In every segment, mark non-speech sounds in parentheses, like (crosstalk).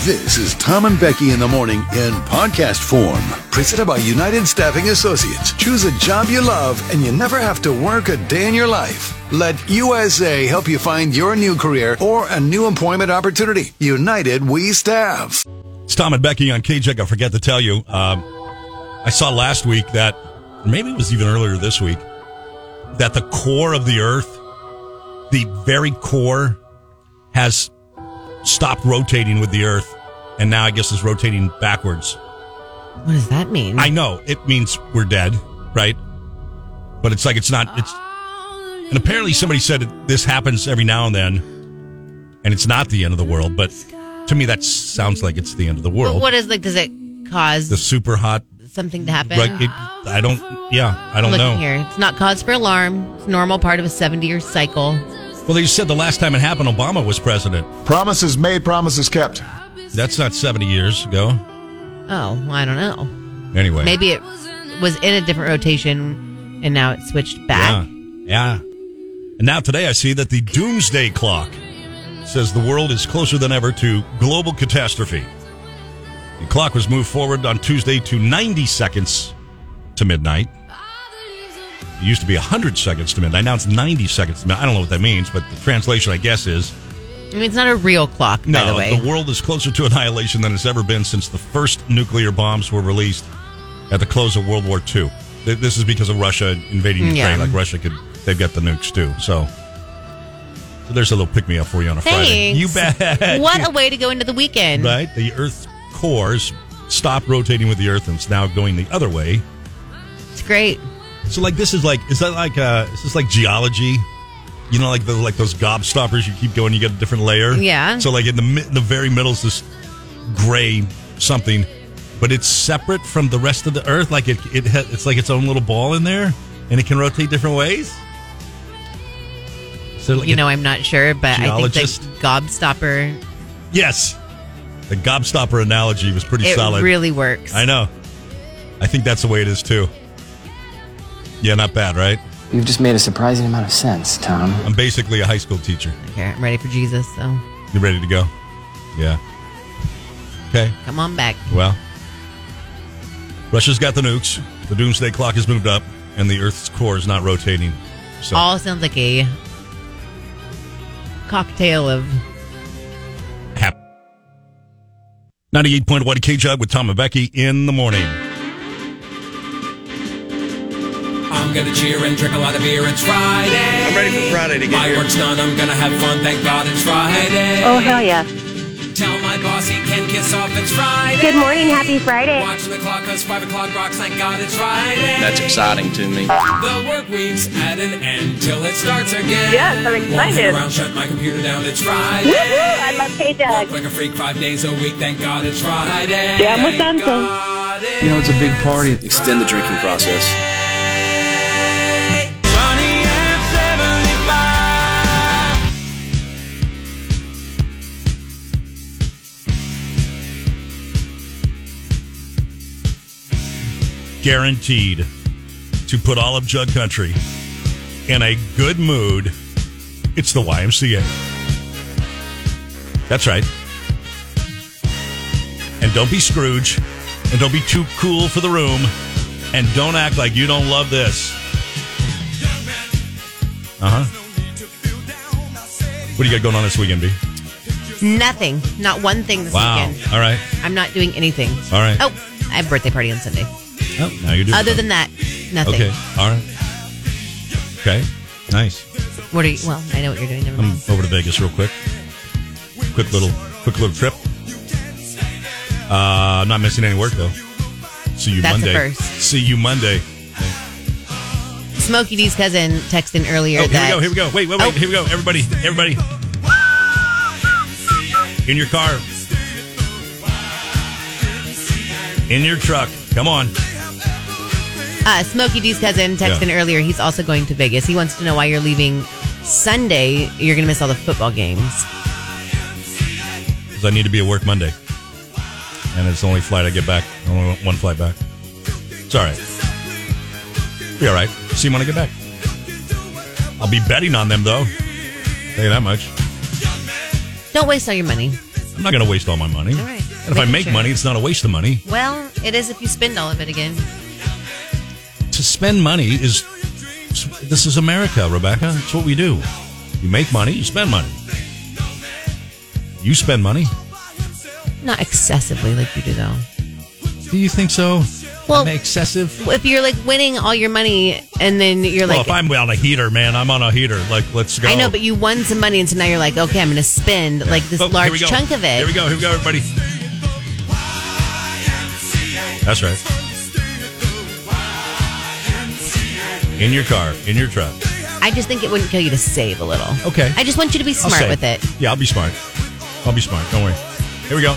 This is Tom and Becky in the morning in podcast form. Presented by United Staffing Associates. Choose a job you love and you never have to work a day in your life. Let USA help you find your new career or a new employment opportunity. United We Staff. It's Tom and Becky on KJ. I forget to tell you. Um, I saw last week that, maybe it was even earlier this week, that the core of the Earth, the very core, has stopped rotating with the Earth, and now I guess is rotating backwards. What does that mean? I know it means we're dead, right? But it's like it's not. It's and apparently somebody said that this happens every now and then, and it's not the end of the world. But to me, that sounds like it's the end of the But world. what is like? Does it cause the super hot, something to happen? right? It, I don't. Yeah, I don't Looking know. here, it's not cause for alarm. It's a normal part of a seventy-year cycle. Well, they said the last time it happened, Obama was president. Promises made, promises kept. That's not seventy years ago. Oh, well, I don't know. Anyway, Maybe it was in a different rotation, and now it switched Yeah. back. Yeah. And now today I see that the doomsday clock says the world is closer than ever to global catastrophe. The clock was moved forward on Tuesday to 90 seconds to midnight. It used to be 100 seconds to midnight. Now it's 90 seconds to midnight. I don't know what that means, but the translation, I guess, is I mean, it's not a real clock, by the no, way. the world is closer to annihilation than it's ever been since the first nuclear bombs were released at the close of World War II. Th- This is because of Russia invading Ukraine. Yeah. Like Russia could, they've got the nukes too. So, so there's a little pick me up for you on a Friday. Thanks. You bet. (laughs) what a way to go into the weekend. Right, the Earth's cores stopped rotating with the Earth, and it's now going the other way. It's great. So, like, this is like, is that like, uh, is this like geology? You know, like the, like those gobstoppers, you keep going, you get a different layer. Yeah. So, like in the mi- the very middle is this gray something, but it's separate from the rest of the Earth. Like it, it ha- it's like its own little ball in there, and it can rotate different ways. So, like You it- know, I'm not sure, but I think Geologist? the gobstopper yes, the gobstopper analogy was pretty it solid. really works. I know. I think that's the way it is too. Yeah, not bad, right? You've just made a surprising amount of sense, Tom. I'm basically a high school teacher. Here, I'm ready for Jesus, so You ready to go? Yeah. Okay. come on back. Well, Russia's got the nukes. The doomsday clock has moved up, and the Earth's core is not rotating. So All sounds like a cocktail of hap- 98.1 K Jug with Tom and Becky in the morning. I'm gonna cheer and drink a lot of beer. It's Friday. I'm ready for Friday to get My work's done. I'm gonna have fun. Thank God it's Friday. Oh, hell yeah. Tell my boss he can kiss off. It's Friday. Good morning. Happy Friday. Watch the clock 'cause 5 o'clock rocks. Thank God it's Friday. That's exciting to me. The work week's at an end till it starts again. Yes, I'm Won't hang excited. around, shut my computer down. It's Friday. Woo-hoo! I love K-Jug. Work like a freak five days a week. Thank God it's Friday. Yeah, I'm with Thank Samsung. God it's You know, it's a big party. Extend the drinking process. Sunny and 75. Guaranteed to put all of Jug Country in a good mood. It's the YMCA. That's right. And don't be Scrooge. And don't be too cool for the room. And don't act like you don't love this. Uh huh. What do you got going on this weekend, B? nothing. Not one thing this weekend. All right. I'm not doing anything. All right. Oh, I have a birthday party on Sunday. Oh, now you're doing Other something. than that, nothing. Okay. All right. Okay. Nice. What are you? Well, I know what you're doing. Never I'm mind. Hmm, over to Vegas real quick. Quick little, quick little trip. Uh, I'm not missing any work though. See you That's a Monday. first. See you Monday. Smokey D's cousin texted in earlier Oh, here we that go. Here we go. Wait, wait, wait. Oh. Here we go. Everybody, everybody. In your car. In your truck. Come on. uh, Smokey D's cousin texted Yeah. in earlier. He's also going to Vegas. He wants to know why you're leaving Sunday. You're going to miss all the football games. 'Cause I need to be at work Monday, and it's the only flight I get back. Only one flight back. It's all right. Be all right. See you when I get back. I'll be betting on them though. Tell you that much. Don't waste all your money. I'm not going to waste all my money. All right. And if I Making make sure. money, it's not a waste of money. Well, it is if you spend all of it again. To spend money is this is America, Rebecca. It's what we do. You make money, you spend money. You spend money. Not excessively like you do though. Do you think so? Well- Am I excessive. If you're like winning all your money and then you're Well, like, if I'm on a heater, man, I'm on a heater. Like, let's go. I know, but you won some money and so now you're like, okay, I'm going to spend like this Oh, here we large go. chunk of Here we it. go. Here we go, everybody. That's right. In your car, in your truck. I just think it wouldn't kill you to save a little. Okay. I just want you to be I'll smart say. with it. Yeah, I'll be smart. I'll be smart. Don't worry. Here we go.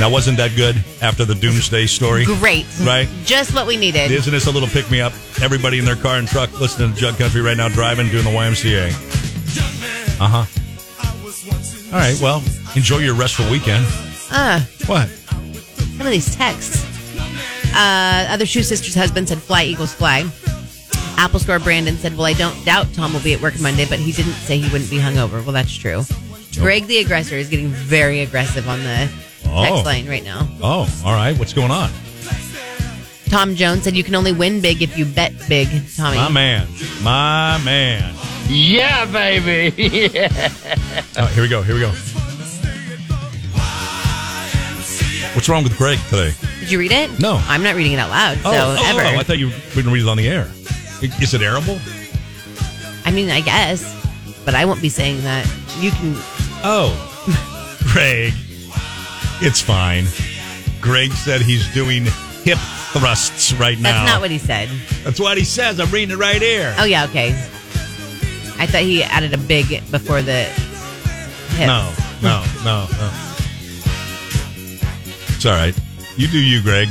Now, wasn't that good after the doomsday story? Great. Right. Just what we needed. Isn't this a little pick me up? Everybody in their car and truck listening to Jug Country right now, driving, doing the YMCA. Uh huh. All right, well, enjoy your restful weekend. Uh, What? some of these texts. Uh, other shoe sister's husband said, "Fly Eagles fly." Apple Store Brandon said, "Well, I don't doubt Tom will be at work Monday, but he didn't say he wouldn't be hungover." Well, that's true. Greg the aggressor is getting very aggressive on the Oh. text line right now. Oh, all right, what's going on? Tom Jones said, "You can only win big if you bet big." Tommy, My man. My man. Yeah, baby. yeah. Oh, here we go. Here we go. What's wrong with Greg today? did you read it? No. I'm not reading it out loud. Oh, so oh, ever. oh, I thought you couldn't read it on the air. I- Is it arable? I mean, I guess, but I won't be saying that. You can. Oh, (laughs) Greg, it's fine. Greg said he's doing hip thrusts right now. That's not what he said. That's what he says. I'm reading it right here. Oh yeah, okay. I thought he added a big before the hip. No, no, no, no. It's all right. You do you, Greg.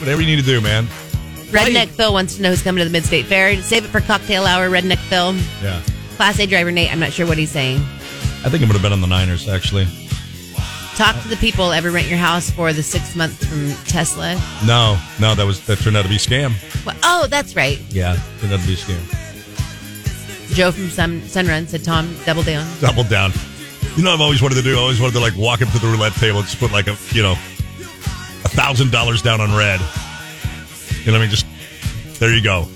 Whatever you need to do, man. Redneck Phil wants to know who's coming to the Mid-State Fair. Save it for cocktail hour, Redneck Phil. Yeah. Class A driver Nate, I'm not sure what he's saying. I think I'm going to bet on the Niners, actually. Talk to the people ever rent your house for the six months from Tesla. No, no, that was that turned out to be a scam. Well, oh, that's right. Yeah, turned out to be a scam. Joe from Sun Sunrun said Tom double down. Double down. You know, what I've always wanted to do. I always wanted to like walk up to the roulette table and just put like a you know a thousand dollars down on red. You know, what I mean, just there you go,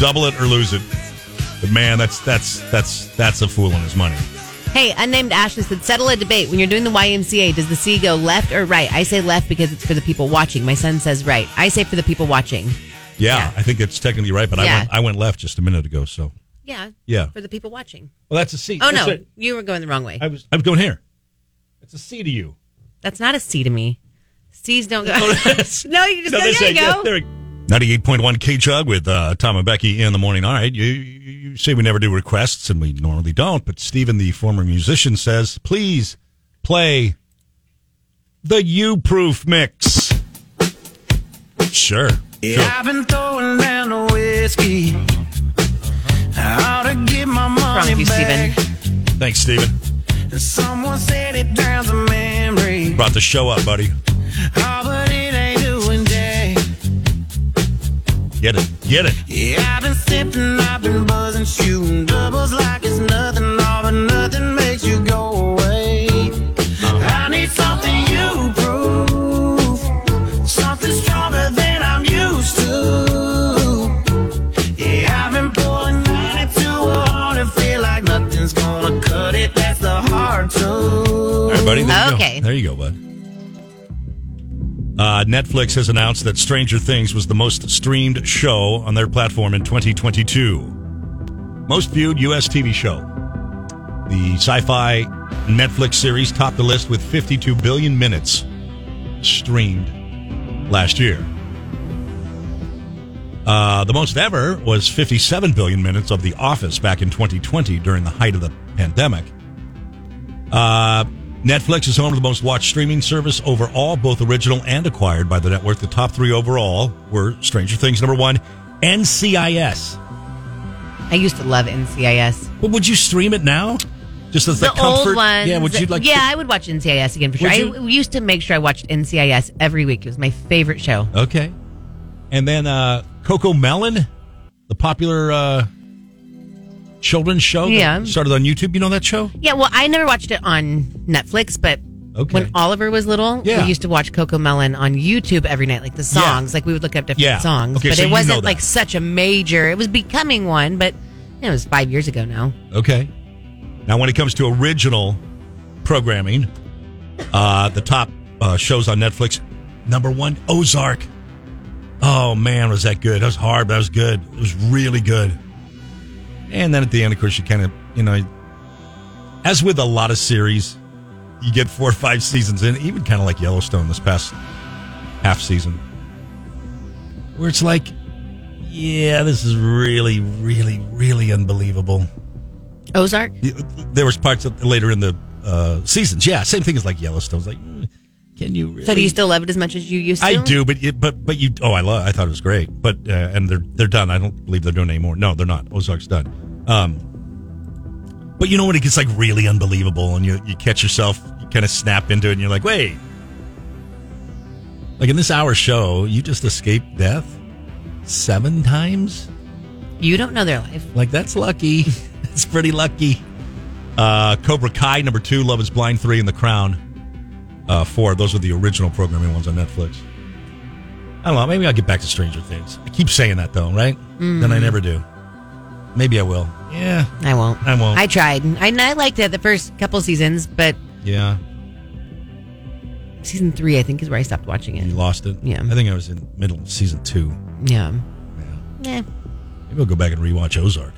double it or lose it. But man, that's that's that's that's a fool on his money. Hey, unnamed Ashley said settle a debate. When you're doing the YMCA, does the C go left or right? I say left because it's for the people watching. My son says right. I say for the people watching. Yeah, Yeah. I think it's technically right, but I Yeah. went I went left just a minute ago. So Yeah. Yeah. For the people watching. well, that's a C. Oh no, you were going the wrong way. I was I was going here. It's a C to you. That's not a C to me. C's don't (laughs) go. (laughs) no, you just go, there you go. Ninety-eight point one K Chug with uh, Tom and Becky in the morning. All right, you, you you say we never do requests, and we normally don't. But Stephen, the former musician, says please play the U-proof mix. Sure. Sure. What's wrong with you, Steven? Thanks, Stephen. Someone said it drowns a memory. Brought the show up, buddy. Oh, but it ain't doing day. Get it. Get it. Yeah, I've been sipping, I've been buzzing, shooting doubles like it's nothing. All but nothing makes you go away. Uh-huh. I need something you prove, something stronger than I'm used to. Yeah, I've been pulling 92 on and feel like nothing's gonna cut it. That's the hard truth. All right, buddy. There you Okay. Go. There you go, bud. Uh, Netflix has announced that Stranger Things was the most streamed show on their platform in 2022. Most viewed U.S. TV show. The sci fi Netflix series topped the list with 52 billion minutes streamed last year. Uh, the most ever was 57 billion minutes of The Office back in 2020 during the height of the pandemic. Uh, Netflix is home to the most watched streaming service overall, both original and acquired by the network. The top three overall were Stranger Things, number one, NCIS. I used to love NCIS. But would you stream it now? Just as The the comfort? old ones. Yeah, would you like? Yeah, I would watch NCIS again for sure. Would I you? w- used to make sure I watched NCIS every week. It was my favorite show. okay. And then uh, Coco Melon the popular uh, children's show that Yeah. started on YouTube. You know that show? Yeah, well, I never watched it on Netflix, but Okay. when Oliver was little, Yeah. we used to watch Coco Melon on YouTube every night, like the songs. Like we would look up different Yeah. songs, Okay, but so it you know wasn't that. like such a major. It was becoming one, but you know, it was five years ago now. Okay. Now, when it comes to original programming, uh, the top uh, shows on Netflix, number one, Ozark. Oh man, was that good? That was hard, but that was good. It was really good. And then at the end, of course, you kind of, you know, as with a lot of series, you get four or five seasons in, even kind of like Yellowstone this past half season, where it's like, yeah, this is really, really, really unbelievable Ozark. there was parts of, later in the uh, seasons. Yeah, same thing as like Yellowstone's. Like, mm, can you? Really? So do you still love it as much as you used to? I do, but it, but but you. Oh, I love. I thought it was great, but uh, and they're they're done. I don't believe they're doing it anymore. No, they're not. Ozark's done. Um, but you know when it gets like really unbelievable, and you you catch yourself, you kind of snap into it, and you're like, wait, like in this hour show, you just escaped death seven times. You don't know their life. Like that's lucky. (laughs) That's pretty lucky. Uh, Cobra Kai number two, Love Is Blind three, and The Crown uh, four. Those are the original programming ones on Netflix. I don't know. Maybe I'll get back to Stranger Things. I keep saying that though, right? Then I Mm. never do. Maybe I will. Yeah, I won't. I won't. I tried. I, and I liked it the first couple seasons, but yeah. season three, I think, is where I stopped watching You it. lost it. Yeah. I think I was in middle of season two. Yeah. Eh. Maybe I'll go back and rewatch Ozark,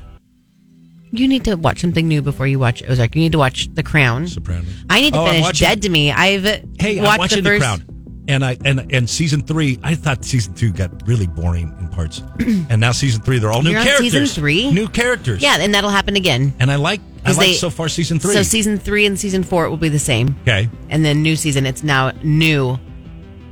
You need to watch something new before you watch Ozark. You need to watch The Crown. Sopranos. I need to Oh, I'm finish watching- Dead to Me. I've Hey, watched I'm watching the, the, first, Crown, and I and and season three. I thought season two got really boring in (clears throat) parts, and now season three, they're all new You're on season characters. three? new characters. Yeah, and that'll happen again. and I like I 'Cause like they- so far season three. So season three and season four it will be the same, okay, and then new season it's now new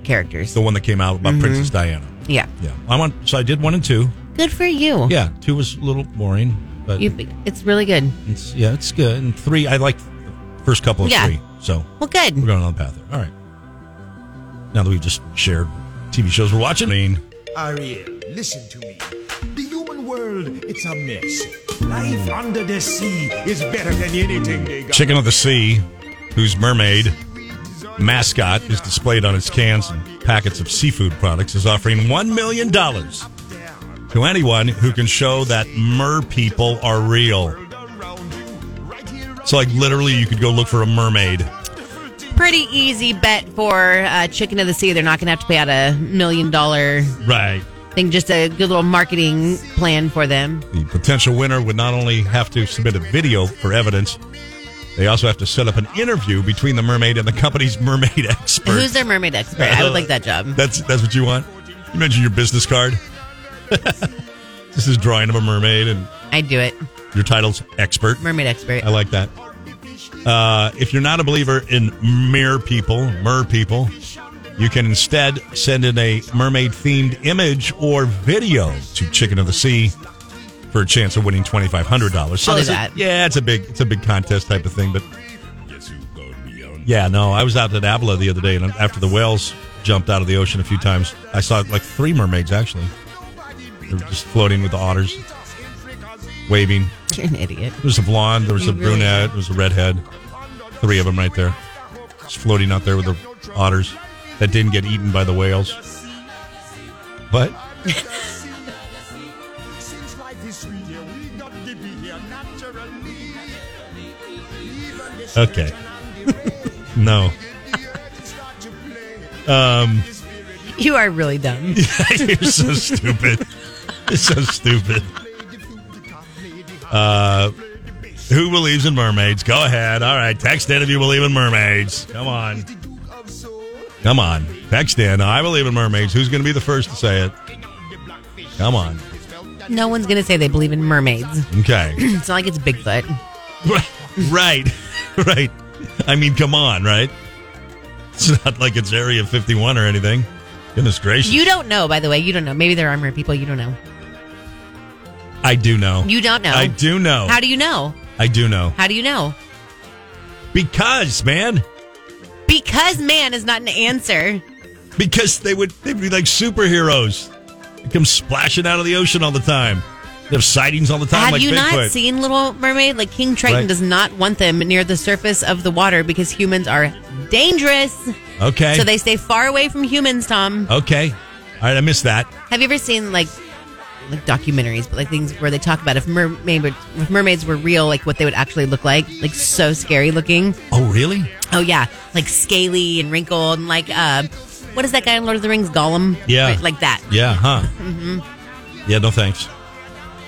characters. the one that came out about Mm-hmm. Princess Diana. Yeah, Yeah, I want. So I did one and two. good for you. Yeah, two was a little boring, but you. It's really good. it's, yeah, it's good. And three, I liked the first couple of Yeah. three. So Well, good. we're going on the path there. All right. Now that we've just shared TV shows we're watching, I mean, Ariel, listen to me. The human world, it's a mess. Life under the sea is better than anything they got. Chicken of the Sea, whose mermaid mascot is displayed on its cans and packets of seafood products, is offering $1 million to anyone who can show that mer people are real. So, like, literally, you could go look for a mermaid. Pretty easy bet for uh, Chicken of the Sea. They're not going to have to pay out a million dollar Right. thing. Just a good little marketing plan for them. The potential winner would not only have to submit a video for evidence, they also have to set up an interview between the mermaid and the company's (laughs) mermaid expert. Who's their mermaid expert? I would like that (laughs) job. That's that's what you want. You mentioned your business card. (laughs) this is drawing of a mermaid, and I'd do it. your title's expert. Mermaid expert. I like that. Uh, if you're not a believer in mere people, mer people, you can instead send in a mermaid themed image or video to Chicken of the Sea for a chance of winning twenty five hundred dollars. I'll do it's a- that. yeah, it's a big it's a big contest type of thing, but yeah, no, I was out at Avila the other day, and after the whales jumped out of the ocean a few times, I saw like three mermaids actually. They were just floating with the otters, waving. You're an idiot. There was a blonde, there was a You really brunette, there was a redhead. Three of them right there. Just floating out there with the otters that didn't get eaten by the whales. But Since life is sweet here, we got to be here naturally. Even the okay. (laughs) no. Um You are (laughs) really dumb. you're so stupid. You're so stupid. Uh who believes in mermaids? Go ahead. All right, text in if you believe in mermaids. Come on. Come on. Text in. I believe in mermaids. Who's going to be the first to say it? Come on. No one's going to say they believe in mermaids. Okay. (laughs) It's not like it's Bigfoot. right. (laughs) Right. I mean, come on, right? It's not like it's Area 51 or anything. Goodness gracious. You don't know, by the way. You don't know. Maybe there are more people. You don't know. I do know. You don't know. I do know. How do you know? I do know. How do you know? Because, man. Because man is not an answer. because they would they'd be like superheroes. They come splashing out of the ocean all the time. They have sightings all the time. Have like you Bigfoot. not seen Little Mermaid? Like King Triton Right. does not want them near the surface of the water because humans are dangerous. Okay. So they stay far away from humans, Tom. Okay. All right, I missed that. Have you ever seen like like documentaries, but like things where they talk about if mermaid if mermaids were real, like what they would actually look like, like so scary looking. Oh, really? Oh yeah, like scaly and wrinkled and like uh, what is that guy in Lord of the Rings? Gollum. Yeah. Right, like that. Yeah, huh? hmm Yeah, no thanks.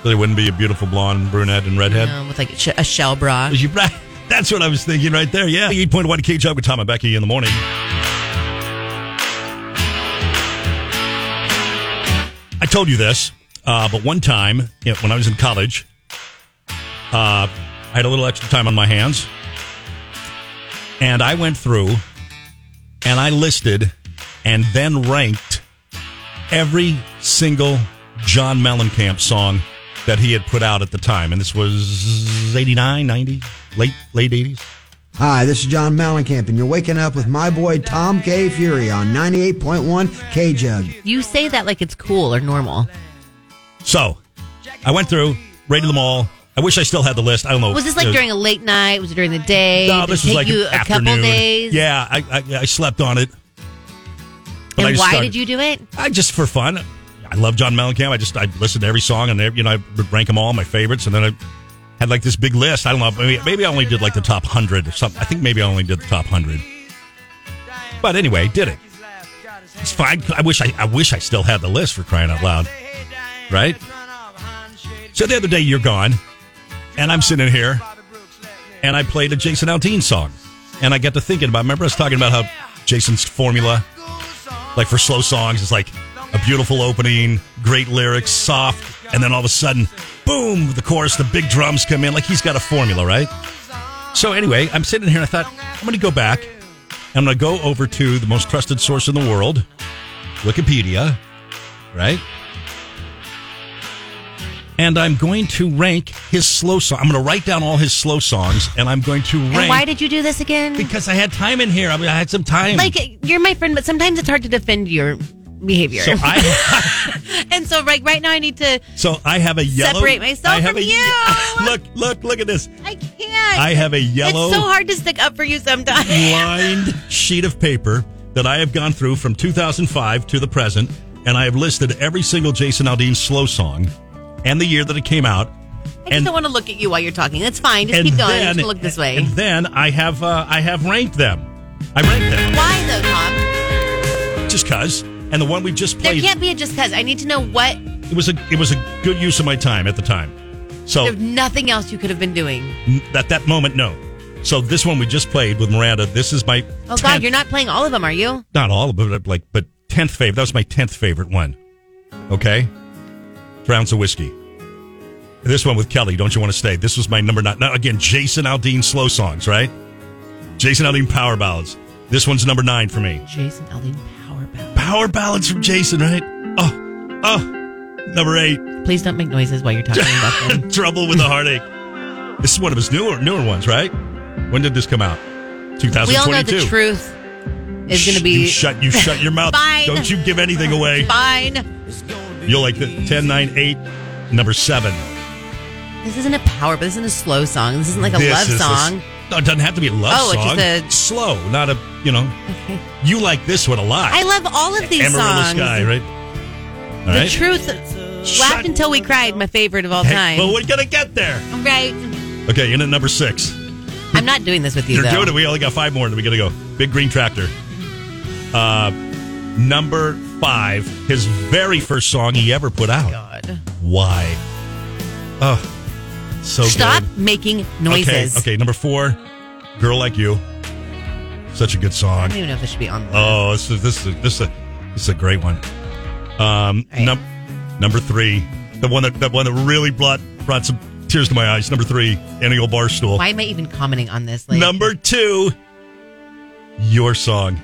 So there wouldn't be a beautiful blonde, brunette, and redhead. Um, with like a, sh- a shell bra. You- (laughs) right. That's what I was thinking right there. Yeah. You point one K job with Tom and Becky in the morning. I told you this, uh, but one time you know, when I was in college, uh, I had a little extra time on my hands, and I went through and I listed and then ranked every single John Mellencamp song that he had put out at the time. And this was 89, 90, late, late 80s. Hi, this is John Mellencamp, and you're waking up with my boy Tom K. Fury on 98.1 K Jug. You say that like it's cool or normal. So I went through, rated them all. I wish I still had the list. I don't know. Was this like It during a late night? Was it during the day? No, Did it this was take like you an a couple afternoon. days. Yeah, I, I, I slept on it. But I and just why started- did you do it? I just for fun. I love John Mellencamp. I just I listened to every song and you know I would rank them all my favorites, and then I had like this big list. I don't know. Maybe, maybe I only did like the top hundred or something. I think maybe I only did the top hundred. But anyway, I did it. It's fine. I wish I, I wish I still had the list for crying out loud, right? So the other day you're gone, and I'm sitting here, and I played a Jason Aldean song, and I got to thinking about. Remember I was talking about how Jason's formula like for slow songs it's like a beautiful opening great lyrics soft and then all of a sudden boom the chorus the big drums come in like he's got a formula right so anyway i'm sitting here and i thought i'm gonna go back i'm gonna go over to the most trusted source in the world wikipedia right and i'm going to rank his slow song i'm gonna write down all his slow songs and i'm going to rank And why did you do this again? because i had time in here i, mean, I had some time like you're my friend, but sometimes it's hard to defend your behavior. so i (laughs) and so, like right now, I need to So I have a yellow. separate myself I have from a- (laughs) you. Look, look, look at this I can't. I have a yellow- It's so hard to stick up for you sometimes. lined sheet of paper that I have gone through from 2005 to the present, and I have listed every single Jason Aldean slow song and the year that it came out. (laughs) I just don't want to look at you while you're talking. That's fine. Just keep going. I'm just gonna look this way. And then I have uh, I have ranked them. I ranked them why though, Tom? just cause. And the one we just There played, can't be a just cause. I need to know what. it was a it was a good use of my time at the time. So There's nothing else you could have been doing. n- at that moment, no. So this one we just played with Miranda. This is my Oh God, you're not playing all of them, are you? not all of it, like, but 10th favorite. That was my 10th favorite one. Okay? Rounds of whiskey. This one with Kelly, Don't You Want to Stay? This was my number nine. Now, again, Jason Aldean slow songs, right? Jason Aldean power ballads. This one's number nine for me. Jason Aldean power ballads. Power ballads from Jason, right? Oh, oh, number eight. (laughs) Please don't make noises while you're talking about them. Trouble with a Heartache. This is one of his newer newer ones, right? When did this come out? 2022. We all know the truth is going to be You shut, you shut your mouth. (laughs) Fine. Don't you give anything away. fine. You'll like the 10, 9, 8, number 7. This isn't a power, but this isn't a slow song. This isn't like a This love is the s- song. no, it doesn't have to be a love Oh, it's song. just a- Slow, not a, you know. Okay. You like this one a lot. I love all of these Amarillo songs. Sky, right? All The right. truth. Laughed until we cried. My favorite of all Hey, time. Well, we're going to get there. right. Okay, in at number 6. I'm not doing this with you. You're though. doing it. We only got five more, and we got to go. Big Green Tractor. Uh, number five, his very first song he ever put out. Oh God. Why? Oh, so Stop good. making noises. Okay, okay, number four, "Girl Like You." Such a good I song. don't even know if this should be on. the list. Oh, this is this is this is a, this is a great one. Um, num- number three, the one that that one that really brought brought some tears to my eyes. Number three, Annie Old Barstool. Why am I even commenting on this? Like, Number two, your song.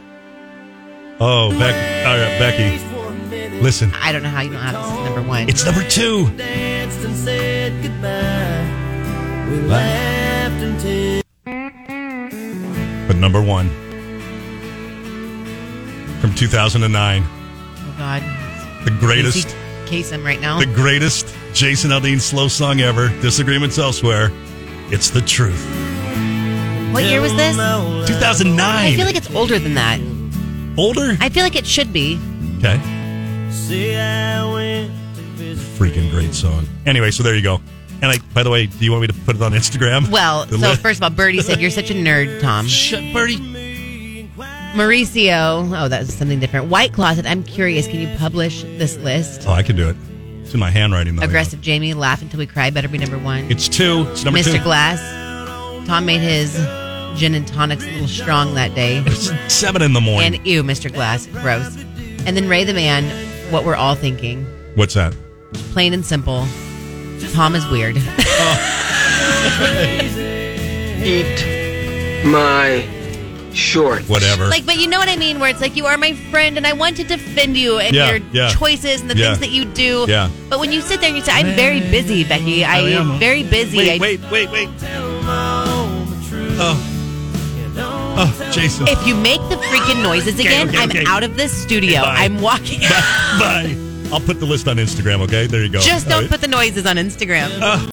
Oh, Becky, all right, Becky, listen, I don't know how you don't have this as number one. it's number two. But number one from 2009, oh God. the greatest, Casey Kasem right now. the greatest Jason Aldean's slow song ever. Disagreements elsewhere. It's the truth. What year was this? 2009. I feel like it's older than that. Older? I feel like it should be. Okay. Freaking great song. Anyway, so there you go. And I, by the way, do you want me to put it on Instagram? Well, The so li- first of all, Birdie said you're such a nerd, Tom. Shut, Birdie. Mauricio. Oh, that was something different. White Closet. I'm curious. Can you publish this list? Oh, I can do it. It's in my handwriting. Though, Aggressive Jamie. Laugh until we cry. Better be number one. It's two. It's number Mr. two. Glass. Tom made his gin and tonics a little strong that day. It's seven in the morning. And ew, Mr. Glass. Gross. And then Ray the Man. What we're all thinking. What's that? Plain and simple. Tom is weird. (laughs) Eat my short. Whatever. Like, but you know what I mean? Where it's like you are my friend, and I want to defend you and Yeah, your yeah. choices and the Yeah. things that you do. Yeah. But when you sit there and you say, "I'm very busy, Becky. I, I am. am very busy." Wait, I- wait, wait, wait. Oh. Oh, Jason. If you make the freaking noises Okay, again, okay, I'm okay. out of this studio. Okay, bye. I'm walking. Bye. I'll put the list on Instagram, okay? There you go. (laughs) Just All don't right. put the noises on Instagram.